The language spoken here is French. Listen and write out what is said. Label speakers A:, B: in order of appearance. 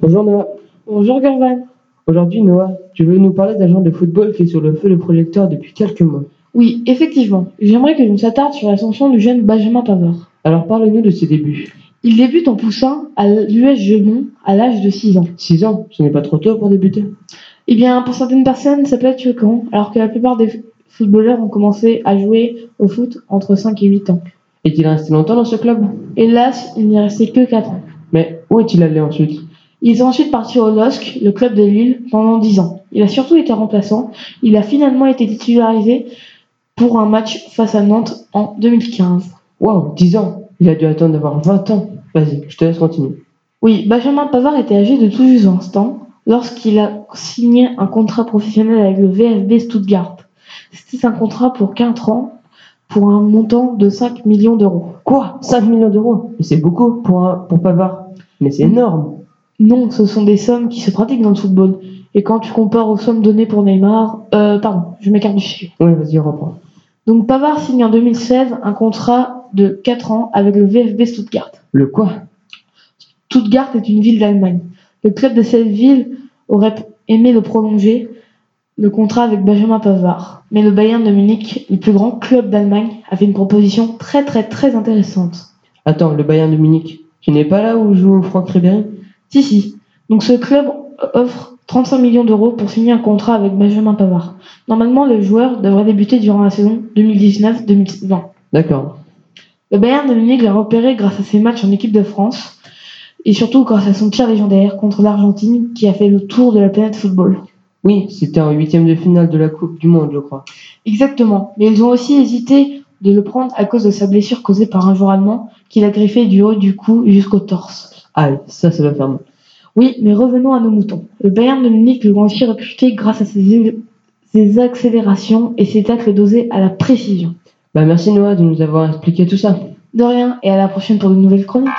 A: Bonjour Noah.
B: Bonjour Gervan.
A: Aujourd'hui Noah, tu veux nous parler d'un genre de football qui est sur le feu de projecteur depuis quelques mois.
B: Oui, effectivement, j'aimerais que je me s'attarde sur l'ascension du jeune Benjamin Pavard.
A: Alors parle-nous de ses débuts.
B: Il débute en poussin à l'US Gemont à l'âge de 6 ans.
A: 6 ans, ce n'est pas trop tôt pour débuter.
B: Eh bien, pour certaines personnes, ça peut être choquant, alors que la plupart des footballeurs ont commencé à jouer au foot entre 5 et 8 ans.
A: Est-il resté longtemps dans ce club
B: Hélas, il n'y restait que 4 ans.
A: Mais où est-il allé ensuite
B: Il est ensuite parti au LOSC, le club de Lille, pendant 10 ans. Il a surtout été remplaçant. Il a finalement été titularisé pour un match face à Nantes en 2015.
A: Waouh, 10 ans Il a dû attendre d'avoir 20 ans. Vas-y, je te laisse continuer.
B: Oui, Benjamin Pavard était âgé de tout juste un instant lorsqu'il a signé un contrat professionnel avec le VFB Stuttgart. C'était un contrat pour 4 ans pour un montant de 5 millions d'euros.
A: Quoi 5 millions d'euros Mais c'est beaucoup pour, un, pour Pavard. Mais c'est énorme.
B: Non, ce sont des sommes qui se pratiquent dans le football. Et quand tu compares aux sommes données pour Neymar, euh, pardon, je m'écarte du sujet.
A: Ouais, vas-y, reprends.
B: Donc Pavard signe en 2016 un contrat de 4 ans avec le VFB Stuttgart.
A: Le quoi
B: Stuttgart est une ville d'Allemagne. Le club de cette ville aurait aimé le prolonger, le contrat avec Benjamin Pavard. Mais le Bayern de Munich, le plus grand club d'Allemagne, a fait une proposition très très très intéressante.
A: Attends, le Bayern de Munich, tu n'es pas là où joue Franck Ribéry
B: Si, si. Donc ce club offre 35 millions d'euros pour signer un contrat avec Benjamin Pavard. Normalement, le joueur devrait débuter durant la saison 2019-2020.
A: D'accord.
B: Le Bayern de Munich l'a repéré grâce à ses matchs en équipe de France et surtout grâce à son tir légendaire contre l'Argentine qui a fait le tour de la planète football.
A: Oui, c'était en huitième de finale de la Coupe du Monde, je crois.
B: Exactement, mais ils ont aussi hésité de le prendre à cause de sa blessure causée par un joueur allemand qui l'a griffé du haut du cou jusqu'au torse.
A: Ah, ça, ça va faire mal.
B: Oui, mais revenons à nos moutons. Le Bayern de Munich le aussi réputé grâce à ses, ses accélérations et ses tacles dosés à la précision.
A: Bah merci Noah de nous avoir expliqué tout ça.
B: De rien, et à la prochaine pour de nouvelles chroniques.